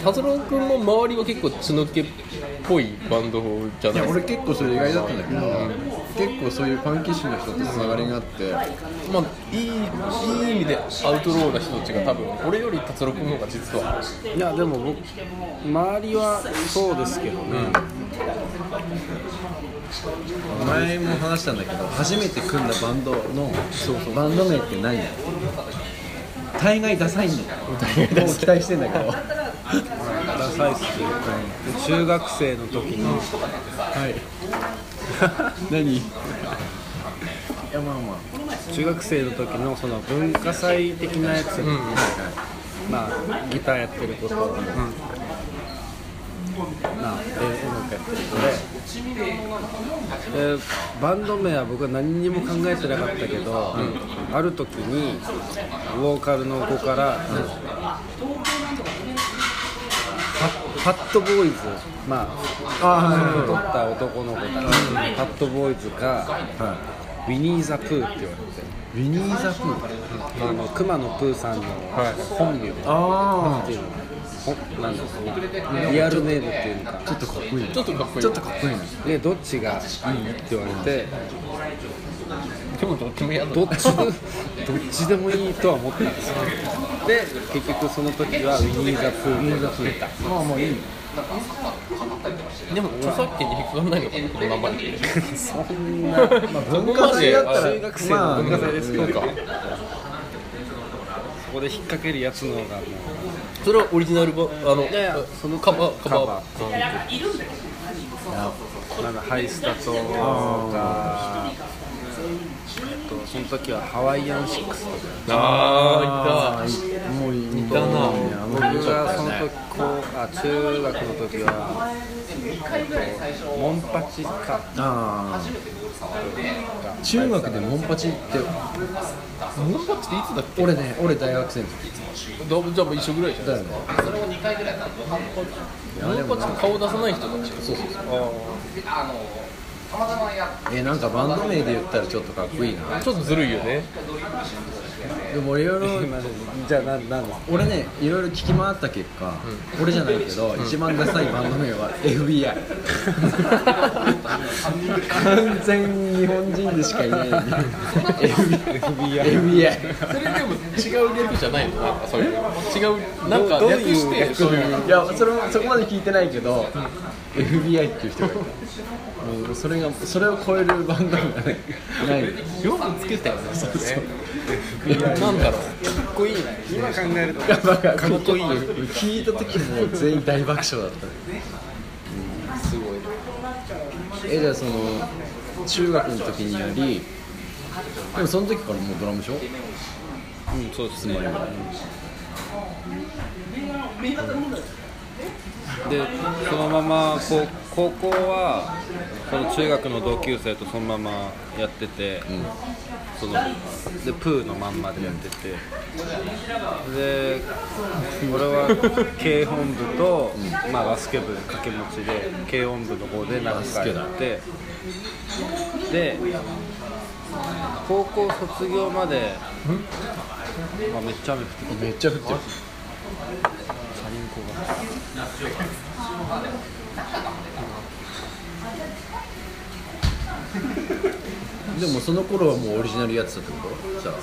達郎君も周りは結構血の気っぽいバンドじゃいないですや俺か結構それ意外だったんだけど、結構そういうパンキッシュの人とつながりがあって、まあいいいい意味でアウトローな人たちが多分俺より達郎君の方が実はいやでも僕周りはそうですけどね、前も話したんだけど初めて組んだバンドのバンド名って何や大概ダサいんだよもう期待してんだけどはダサいっすよ中学生の時にい何いやまあま中学生の時のその文化祭的なやつに、まあギターやってる子と、まあで音楽やってる子ででバンド名は僕は何にも考えてなかったけど、ある時にボーカルの子から、パパッドボーイズまあ太った男の子から、パッドボーイズかあ、はウィニー・ザ・プーって言われて。い、ウィニー・ザ・プーあの熊野プーさんの本名っあていうのほなんだろうリアルネームっていうのかあちょっとかっこいいちょっとかっこいいちょっとかっこいいねでどっちがいいって言われてでもどっちも嫌だどっち でどっちでもいいとは思ったんですよで結局その時はウィニー・ザ・プーニーザプーまあもういいでも著作権に引っかかんないのかなこの名前ってそんなまあ文化祭だったら中学生の文化祭ですけど、そうかそこで引っ掛けるやつの方がもそれはオリジナルバあのいやいやそのカバーカバーカバうなんかハイスタとかあとその時はハワイアンシックスとかあああーもういいいたな僕がその時こうあ中学の時は、えっと、モンパチかああ中学でモンパチっていたモンパチっていつだっ俺ね俺大学生の時けだじゃあもう一緒ぐらいじゃないだよねモンパチって顔出さない人たちそうそうえなんかバンド名で言ったらちょっとかっこいいなちょっとずるいよねでも俺いろいろじゃあ何なの俺ねいろいろ聞き回った結果、俺じゃないけど、一番ダサいバンド名は FBI 完 全日本人でしかいないのに FBI それでも違う略じゃないのなんかそういう違うなんかどう略してそういういやそれもそこまで聞いてないけど、FBI っていう人がいたもうそれがそれを超えるバンド名がねないよくつけたよねそれねなんだろうかっこいいね今考えるとやばかっこいい聞いた時もう全員大爆笑だったねすごいえじゃあその中学の時にやりでもその時からもうドラムでしょうんそうですねでそのままこう高校はその中学の同級生とそのままやってて、そのでプーのまんまでやってて、で俺は軽音部と、まあ、バスケ部掛け持ちで軽音部の方で何回やってで高校卒業まで、まあ、めっちゃ雨降ってためっちゃ降ってるチャリンコがでもその頃はもうオリジナルやってたってことじゃあう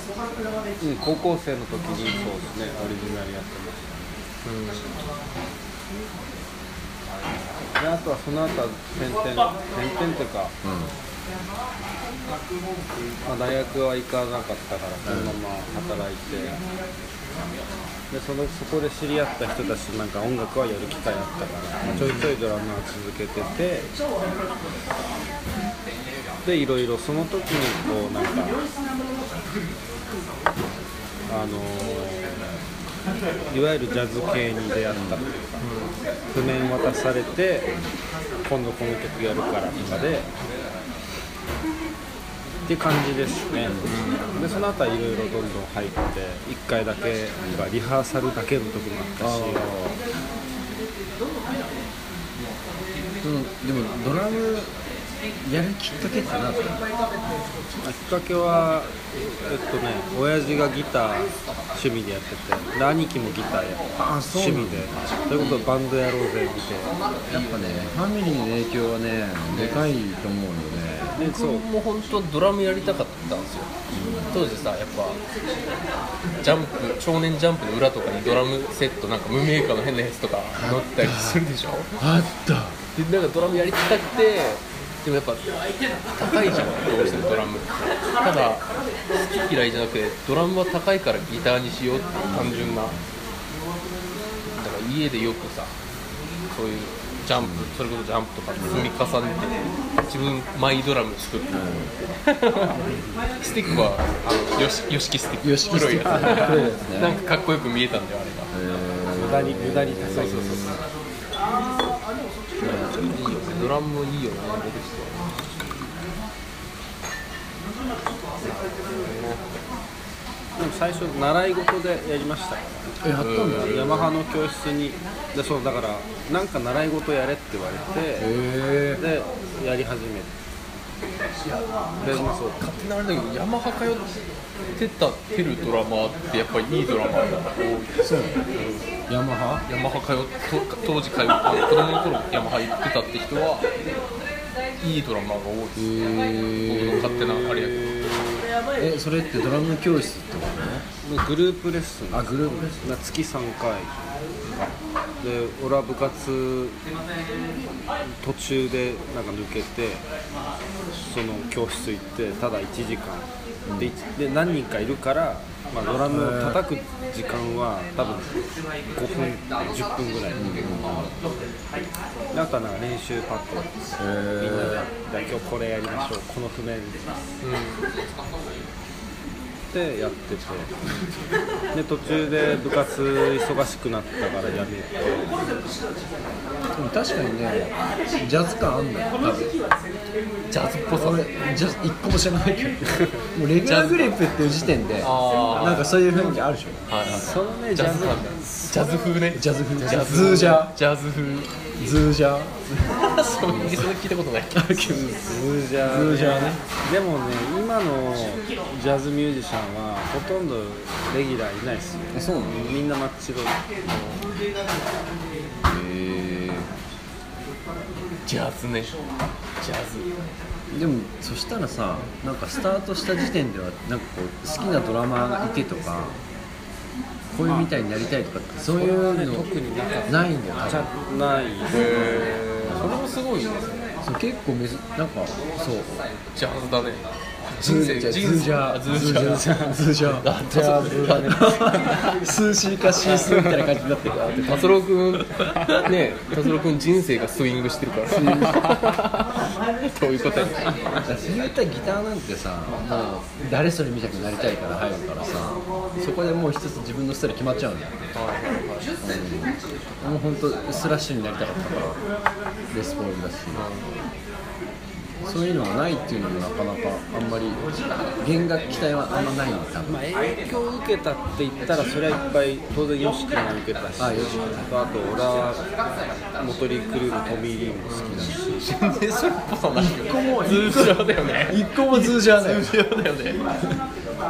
ん高校生の時にそうですねオリジナルやってました、であとはその後は転々転々っていうか、まあ、大学は行かなかったからそのまま働いて、でそのそこで知り合った人たちとなんか音楽はやる機会あったから、まあちょいちょいドラムは続けててでいろいろその時にこうなんかあのーいわゆるジャズ系に出会ったというか、譜面渡されて今度この曲やるからとかで、って感じですね、でその後はいろいろどんどん入って1回だけがリハーサルだけの時もあったしそのでもドラムやるきっかけってなったのきっかけはえっとね親父がギター趣味でやっててで兄貴もギターやっててあそう趣なん味だでそれこそバンドやろうぜってやっぱねファミリーの影響はねでかいと思うよね僕も本当ドラムやりたかったんですよ当時さやっぱジャンプ少年ジャンプの裏とかにドラムセットなんか無名家の変なやつとか載ってたりするでしょあったでなんかドラムやりたくてでもやっぱ高いじゃんどうしてもドラムってただ好き嫌いじゃなくてドラムは高いからギターにしようっていう単純なだから家でよくさそういうジャンプそれこそジャンプとか積み重ねて自分マイドラム作って、スティックはあのよしよしきスティックよしきスティック黒いやつ黒いやつねなんかかっこよく見えたんだよあれが無駄に無駄に高いそうそうそういいよねドラムもいいよね出てきてでも最初習い事でやりましたえやったんだへヤマハの教室にでそうだからなんか習い事やれって言われてえでやり始めてでまあそう勝手なあれだけどヤマハ通ってたてるドラマーってやっぱりいいドラマーが多いそうヤマハヤマハ通っと当時通って子供の頃ヤマハ行ってたって人はいいドラマーが多いです、僕の勝手なあれやけえそれってドラム教室ってこグループレッスンとあグループですな月3回で俺は部活途中でなんか抜けてその教室行ってただ1時間、でいで何人かいるから、まあ、ドラムを叩く時間は多分5分10分ぐらい、であとはなんか練習パッドへみんなでえじゃあ今日これやりましょうこの譜面で、やっててで途中で部活忙しくなったからやめてでも確かにねジャズ感あんだよ多分どジャズっぽさ俺ジャズ一個も知ら ないけどもうレギュラーグレープっていう時点であなんかそういう雰囲気あるでしょそのねジャズ感だよジャズ風ねジャズ風ジャズズージャジャズ風ーズージャーそういうそれ聞いたことないあるけどズージャーねズージャーねでもね今のジャズミュージシャンはほとんどレギュラーいないですよそうなのみんなマッチドへジャズねジャズえでもそしたらさなんかスタートした時点ではなんかこう好きなドラマーがいてとかこういうみたいになりたいとかってそういうの特になかっないんだよ多分ちゃないそれもすごいねそう結構めずなんかそうジャズだね人生ズ人生ージャーズズーージジャャーーズージャージャズだね数 C か C 数みたいな感じになってるからで達郎君ねえ達郎君人生がスイングしてるからそういうことやねそういったギターなんてさもう誰それみたくなりたいから入るからさそこでもう一つ自分のスタイル決まっちゃうんだよ、うんもう本当スラッシュになりたかったからレスポールだし、そういうのがないっていうのもなかなかあんまり弦楽期待はあんまないんだ多分まあ、影響を受けたって言ったらそれはいっぱい当然 YOSHIKI も受けたしああ YOSHIKI と俺はモトリークルーのトミー・リーも好きだし全然それっぽさないよズージャーだよね一個もズージャーないズージャーだよねズー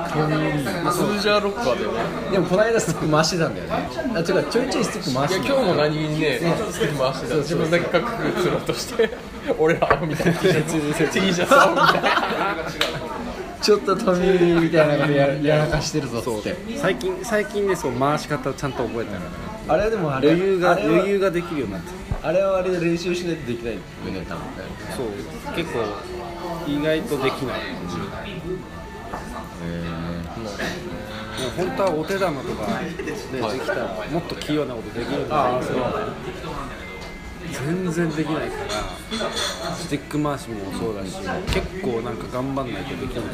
ジャーロッカーだよねでもこの間スティック回してたんだよねあ違うちょいちょいスティック回いやし今てた日も何気にねスティック回してた自分だけかっこよくつろうとして 俺ら青みたいな T シャツ T シャツ青みたいなちょっとトミーみたいなことややらかしてるぞっつって最近最近ねそう回し方ちゃんと覚えたから、あれでもあれ余裕があれは余裕ができるようになってあれはあれで練習しないとできないよね多分そう結構意外とできない、もう本当はお手玉とかでできたらもっと器用なことできるんだけど全然できないからスティック回しもそうだし結構なんか頑張んないとできない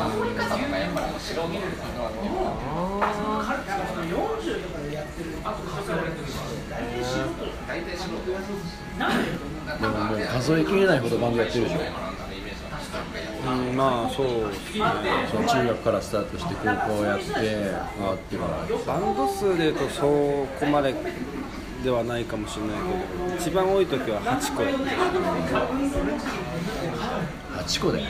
でももう数えきれないほどバンドやってるでしょうんまあそうですねその中学からスタートして高校やってあってからバンド数でいうとそこまでではないかもしれないけど一番多い時は8個8個だよ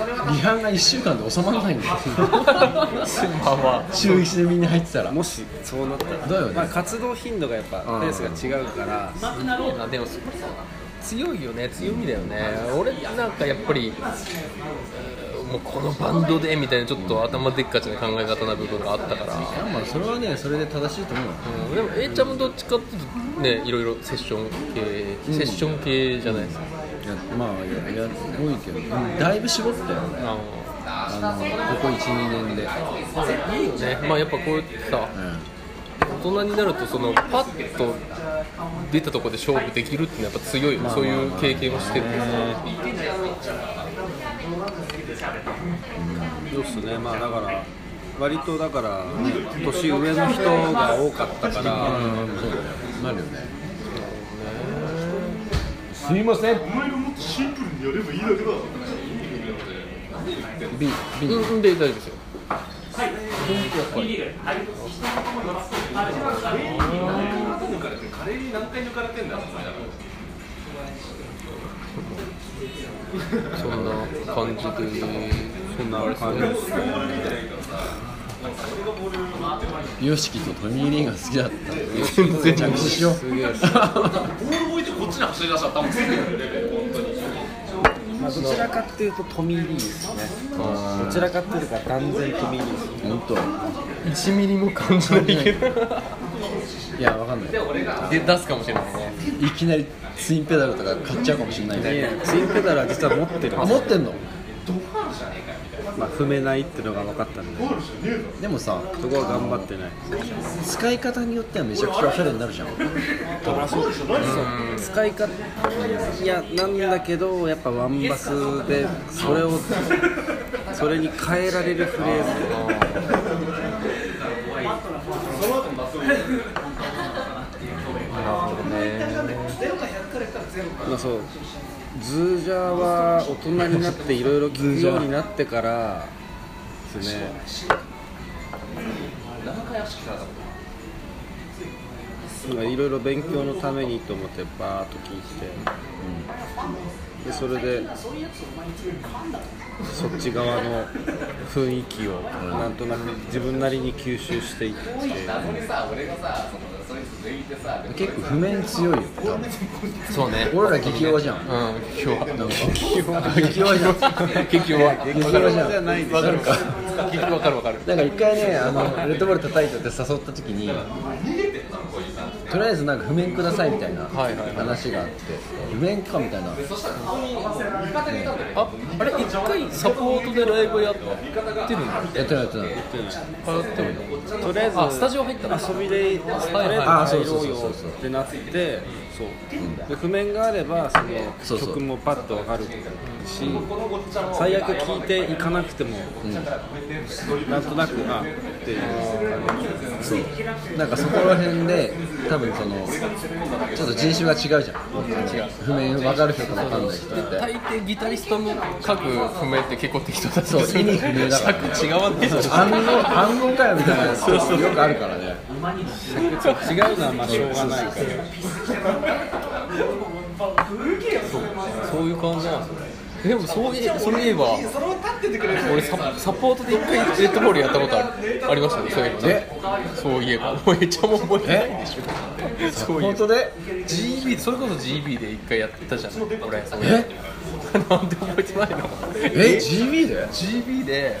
ハンが1週間で収まらないんだよまあま週1でみんな入ってたらもしそうなったらだよねまあ、活動頻度がやっぱペースが違うから、あすごいなでもそれ強いよね強みだよね俺なんかやっぱりうんもうこのバンドでみたいなちょっと頭でっかちな考え方な部分があったから、まあそれはねそれで正しいと思うようん、でも A ちゃんもどっちかっていうとねいろいろセッション系、セッション系じゃないですか、いやまあいやいや多いけどだいぶ絞ったよねああのここ12年で、のいいよねまあやっぱこうやってさう大人になるとそのパッと出たところで勝負できるっていうのはやっぱ強いよ、そういう経験をしてるそうですねまあだから割とだから、ね、年上の人が多かったん、そから、うだよなるよねすいませんお前がもっとシンプルにやればいいだけだ B, B うんうんで大丈夫ですよそんな感じでそんな感じですねヨシキとトミー・リーが好きだったんで着地しようすげえまあ、どちらかっていうとトミー・リーですねあどちらかっていうか断然トミー・リーですー本当1ミリも感じないけどいやわかんないで出すかもしれないねいきなりツインペダルとか買っちゃうかもしれないいねやツインペダルは実は持ってるあ持ってんのまあ、踏めないってのが分かったんででもさそこは頑張ってない使い方によってはめちゃくちゃおしゃれになるじゃん使い方いやなんだけどやっぱワンバスでそれをそれに変えられるフレーズまあそうズージャーは大人になっていろいろ聞くようになってからですねまあいろいろ勉強のためにと思ってバーッと聞いて、でそれでそっち側の雰囲気をなんとなく自分なりに吸収していって、結構譜面強いよ多分そうね俺ら激弱じゃんうん激弱激弱激弱じゃん激弱激激弱じゃんないわかるか弱わかるわかるなんか一回ね、あのレッドボール叩いてって誘った時に、とりあえずなんか譜面くださいみたいなはいはいはい話があって、譜面かみたいな、ああれ一回サポートでライブやってるんだやってないやってない、通ってるんだとりあえずあスタジオ入ったの遊びでとりああえずそうそ入うろそううそうよってなってそうで譜面があればそそうのそう曲もパッと分かるし最悪聴いていかなくてもなんとなくあっていうそう、なんかそこら辺で、多分その、ちょっと人種が違うじゃん、譜面分かる人と分かんない人って。大抵ギタリストの各譜面って結構適当だそう意味不明だから尺違わねえぞ暗号暗号かよみたいなやつよくあるからね違うのはまあしょうがないからそういう感じなんですねでもそういえそれ言えば俺ササポートで一回レッドボールやったことあるありましたねそういええばそういえばもうめっちゃも覚えてないでしょそういえ本ば当で GB それこそ GB で一回やったじゃん俺えなんで覚えてないのえ GB で GB で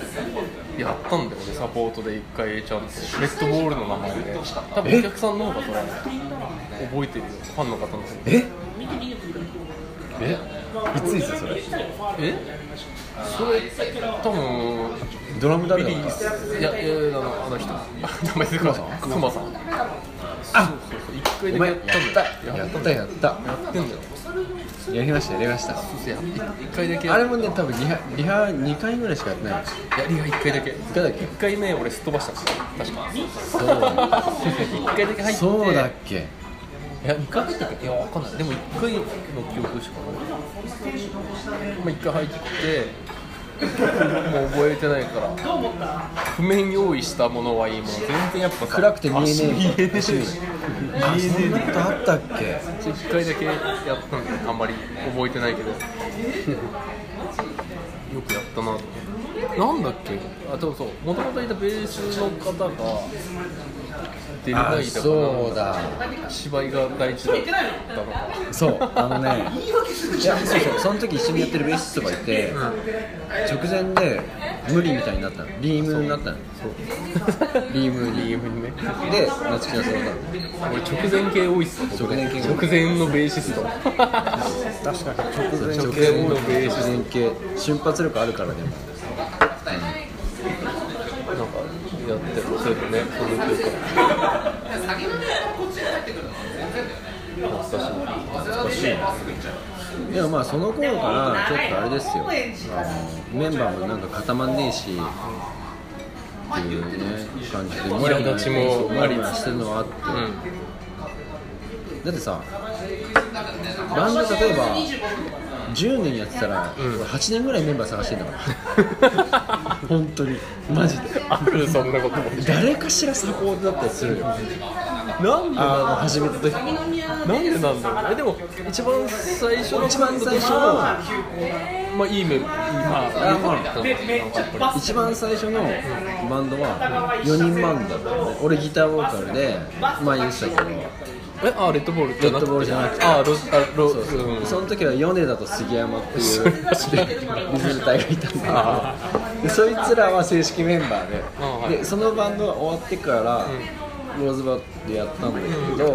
やったんだよねサポートで1回 A ちゃんとレッドボールの名前で多分お客さんの方がそれ覚えてるよファンの方の方ええいついつそれえそれ多分ドラム誰ビだリったーいやいやいやあのあの人名前出てこないクマさんそうあそう1回だおけ前ややっったんだよたやったやったやってんだよやりましたやりましたいや1回だけあれもね多分リハリハ2回ぐらいしかやってないやりが1回だけ回だっけ1回目俺すっ飛ばしたんですよ確そうか1回だけ入ってそうだっけいや、2回入ったかいや、わかんない。でも1回の記憶しかない。まあ、1回入って、もう覚えてないから。譜面用意したものはいいもの。全然やっぱさ暗くて見えねえあそう見えねあそんなことあったっけえ。1回だけやったんで、あんまり覚えてないけど。よくやったなと思ってなんだっけあでもそうもともといたベースの方がデルガイだかそうだら芝居が大事だったのかそうあのねいやそうそうその時一緒にやってるベーシストがいて、直前で無理みたいになったのリームになったのリームにゲームにねで夏希がそうだったの俺直前系多いっす直前系直前のベーシス ト確かに直前直前のベーシスト前系瞬発力あるからでもなんかやってるそういうのねその曲懐かしいでもまあその頃からちょっとあれですよあのメンバーもなんか固まんねえしっていうね感じでモヤモ苛ヤ立ちもモヤモヤしてるのはあって、だってさバンド例えば10年やってたら、8年ぐらいメンバー探してんだから本当にマジであるそんなことも誰かしらサポートだったりするよなんであの始めた時なんでなんだろうねでも一番最初の一番最初ののまあいいメンまあいいメンバー一番最初のバンドは4人バンドだったね俺ギターボーカルで前言ってたけどえあレッドボールじゃなレッドボールじゃなくてあロあロそうそううんその時は米田と杉山っていうリズム隊がいたんだけどでそいつらは正式メンバーで,、んはいでそのバンドが終わってから、ローズバットでやったんだけど、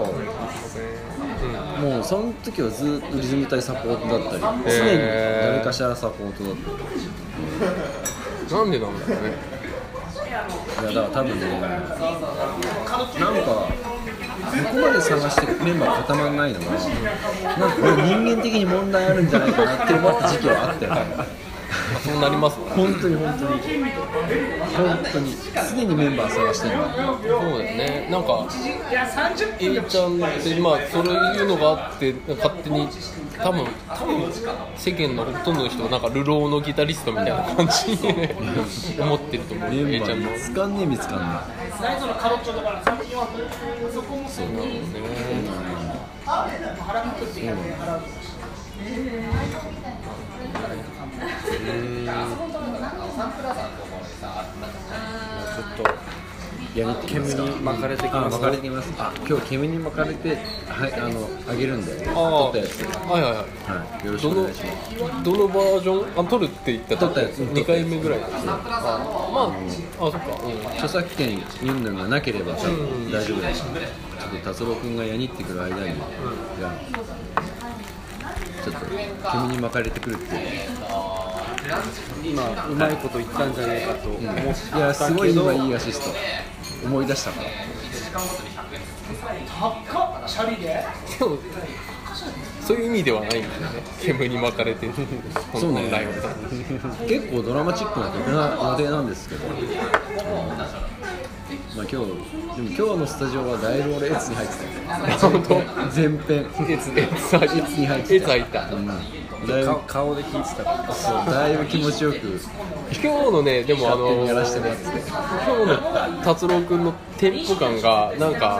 もうその時はずっとリズム隊サポートだったり常にへー誰かしらサポートだったり。なんでなんだろうねいやだから多分ねなんかここまで探してメンバー固まらないのがなんかこれ人間的に問題あるんじゃないかなって思った時期はあったよねまあそうなりますね本当に本当に本当にすでにメンバー探してるのそうですねなんかインちゃんってまあそういうのがあって勝手に多分多分世間のほとんどの人がなんか流浪のギタリストみたいな感じにね思ってると思うメインンバちゃんもー見つかんねえ見つかんねそうなのねえやめてきますか煙に巻かれてきまあす巻かれてきますあ今日煙に巻かれてはいあのあげるんであ撮あったやつはいはいはいはいよろしくどおの願いしますどのバージョンあ撮るって言った撮ったやつ2回目ぐらいですねあまああそっかうん著作権云々がなければ多分大丈夫だし、ちょっと達郎君がやにってくる間に、いやちょっと煙に巻かれてくるっていう、今うまいこと言ったんじゃないかと思ったけどいやすごい今いいアシスト思い出したからでもそういう意味ではないんだよね煙に巻かれてそうね本来は 結構ドラマチックな曲な予定なんですけど、うんまあ今日でも今日のスタジオはだいぶ俺エツに入って 本当たよ全編エツエツ入に入っっててたたエツ入ったうんだいぶ顔顔で聞いてたからそうだいぶ気持ちよく今日のねでもあのやらせてもらってて今日の達郎くんのテンポ感がなんか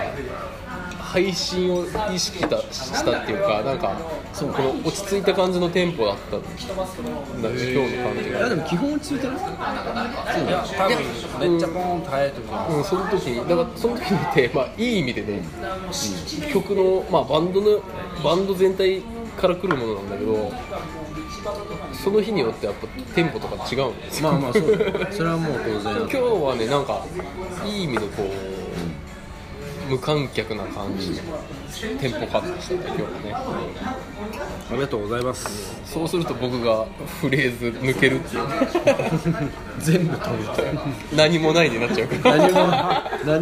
配信を意識したしたっていうかなんかそうこの落ち着いた感じのテンポだったんだ今日の感じいやがでも基本落ち着いてる多分めっちゃポーンと生えてるからうん、その時にだからその時にって、まあ、いい意味でね、曲の、まあ、バンドのバンド全体から来るものなんだけどその日によってやっぱテンポとか違うんですよまあまあそうだよそれはもう当然今日はねなんかいい意味でこう無観客な感じのテンポ感でしたね今日はねありがとうございますそうすると僕がフレーズ抜けるっていう全部飛ぶ何もないになっちゃうから何も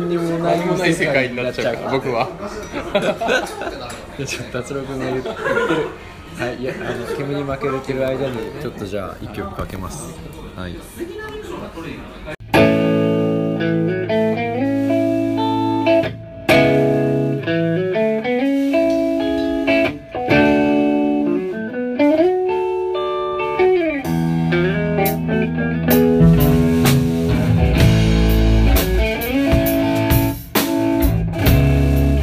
何にも何もない世界ににななっっちちゃゃううかからら僕はいやちょっと達郎君が言ってるはいいやあの煙に負けれてる間にちょっとじゃあ一曲かけますはい「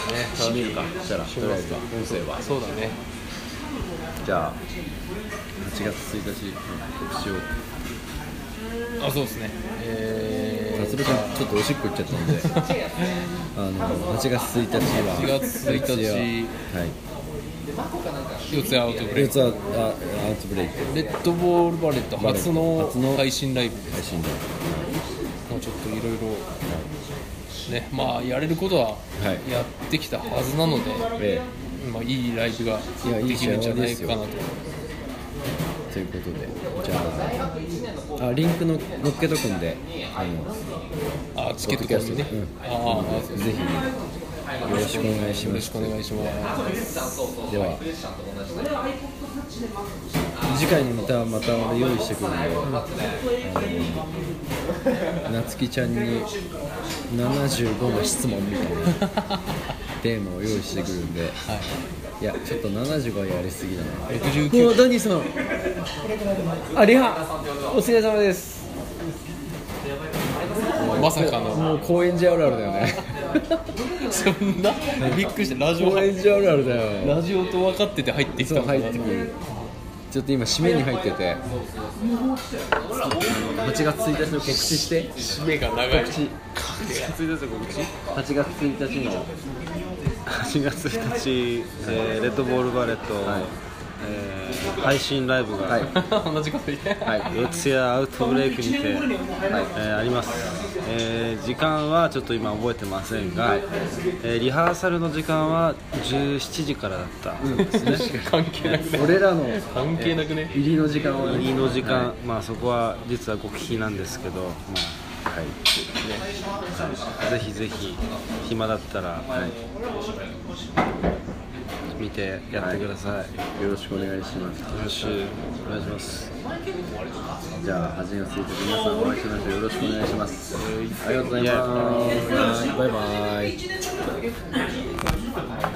しますか音声はそうだねじゃあ8月1日告知をあそうですねえー達郎君ちょっとおしっこ行っちゃったんであの8月1日は8月1日はい四ツ谷アウトブレレイックツアウトブレイクレッドボールバレット初の初の配信ライブです配信でもうちょっといろいろねまあやれることははいやってきたはずなので、えまあ、いいライブがいやいいできるんじゃない試合ですかよなとえということでじゃああリンクの乗っけとくんであのあチケット購入ね、うんあああぜひよろしくお願いしよろましすくお願いしますでは次回のネタはまた俺用意してくるんで、あの夏希ちゃんに75の質問みたいなテーマを用意してくるんで、い、やちょっと75はやりすぎだな69ダニーさんあリハお疲れ様ですまさかのもう 高円寺あるあるだよねそんなびっくりしたラジオ高円寺あるあるだよラジオと分かってて入ってきそたう入ってくるちょっと今締めに入ってて8月1日の告知して締めが長い告知8月1日の8月1日、えーレッドボールバレット、はいえー 配信ライブが、はい 同じこと言えはい四ツ谷アウトブレイクにて、はいえーあります、えー時間はちょっと今覚えてませんが、えーリハーサルの時間は17時からだった、関係なくね俺らの関係なくね入りの時間は入りの時間、はまあそこは実は極秘なんですけど、まあぜひぜひ暇だったら、見てやってください、いよろしくお願いしますよろしくお願いしますじゃあ8月1日皆さんお会いしましょうよろしくお願いしますありがとうございますバイバイ